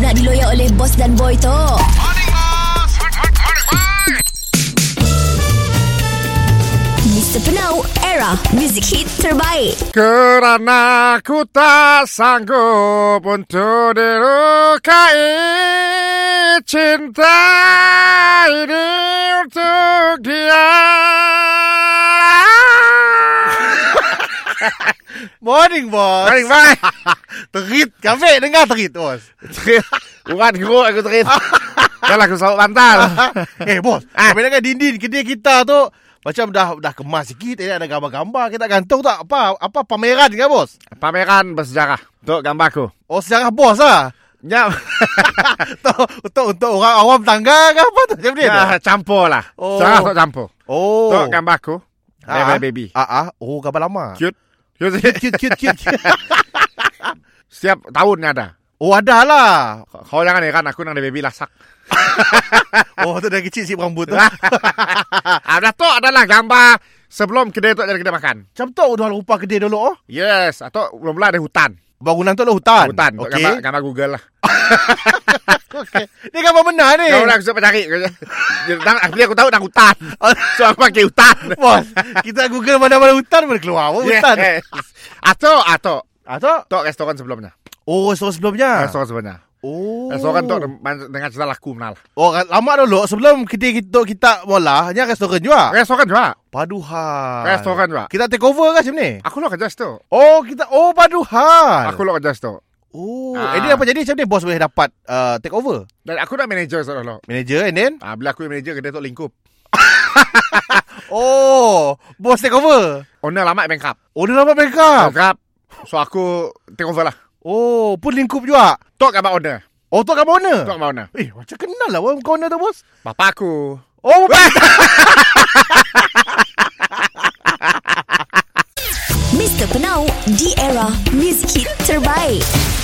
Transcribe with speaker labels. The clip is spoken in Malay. Speaker 1: oleh Boss dan Boy tu. Mr. Penau, era music hit terbaik.
Speaker 2: Kerana ku tak sanggup untuk dilukai Cinta ini untuk dia
Speaker 3: Morning, boss.
Speaker 2: Baik, baik
Speaker 3: Terit. Kafe dengar terit, bos.
Speaker 2: Bukan geruk aku teris Kau lagu sauk bantal
Speaker 3: eh, bos.
Speaker 2: Ah.
Speaker 3: Kami dengan Dindin, kita kita tu macam dah dah kemas sikit, eh, ada gambar-gambar kita gantung tak apa apa pameran kan, bos?
Speaker 2: Pameran bersejarah Untuk gambarku
Speaker 3: Oh, sejarah bos lah.
Speaker 2: Ya,
Speaker 3: untuk, untuk, untuk orang awam tangga ke apa tu? Macam ni
Speaker 2: ya campur lah
Speaker 3: Oh.
Speaker 2: Sejarah untuk campur
Speaker 3: Oh.
Speaker 2: Untuk gambarku Bye-bye baby
Speaker 3: Ah, ah. Oh, gambar lama.
Speaker 2: Cute Cute
Speaker 3: Cute, cute, cute. cute.
Speaker 2: Setiap tahun ada
Speaker 3: oh, ada lah.
Speaker 2: Kau jangan heran aku nang ada baby lasak
Speaker 3: Oh, tu dah kecil si rambut
Speaker 2: Lah.
Speaker 3: tu.
Speaker 2: Ada tu adalah gambar sebelum kedai tu jadi kedai makan.
Speaker 3: Macam tu dah lupa kedai dulu, oh.
Speaker 2: Yes, ah, atau mula-mula ada lah hutan.
Speaker 3: Bangunan tu lah hutan.
Speaker 2: Hutan. Okay.
Speaker 3: Okey.
Speaker 2: Gambar, gambar Google lah.
Speaker 3: Okey. Ni gambar benar ni.
Speaker 2: Kau orang susah cari. Nang, akhirnya aku tahu nang hutan. So aku pakai hutan.
Speaker 3: Bos, kita Google mana-mana hutan boleh keluar. Oh, hutan.
Speaker 2: Yes. Atau, atau.
Speaker 3: Atau
Speaker 2: Tok restoran sebelumnya.
Speaker 3: oh restoran sebelumnya.
Speaker 2: Restoran sebelumnya.
Speaker 3: Oh.
Speaker 2: Restoran tok dengan dengan cerita laku menalah.
Speaker 3: Oh, lama dulu sebelum kita kita kita bola, hanya restoran juga.
Speaker 2: Restoran juga.
Speaker 3: Paduhan.
Speaker 2: Restoran juga.
Speaker 3: Kita take over ke macam ni?
Speaker 2: Aku lo kerja situ.
Speaker 3: Oh, kita oh paduhan.
Speaker 2: Aku lo kerja situ.
Speaker 3: Oh,
Speaker 2: Ah.
Speaker 3: and then apa jadi macam ni bos boleh dapat uh, take over?
Speaker 2: Dan aku dah manager seorang lo.
Speaker 3: Manager and then
Speaker 2: Ah, bila aku manager kedai tok lingkup.
Speaker 3: Oh, bos take over.
Speaker 2: Owner lama bankrupt.
Speaker 3: Oh, dia dapat backup.
Speaker 2: Bankrupt. So aku take over lah.
Speaker 3: Oh, pun lingkup juga.
Speaker 2: Tok gambar owner.
Speaker 3: Oh, tu kat
Speaker 2: Tok
Speaker 3: mana?
Speaker 2: gambar owner.
Speaker 3: Eh, macam kenal lah orang corner tu bos.
Speaker 2: Bapak aku.
Speaker 3: Oh,
Speaker 1: Mr. Penau, di era music hit terbaik.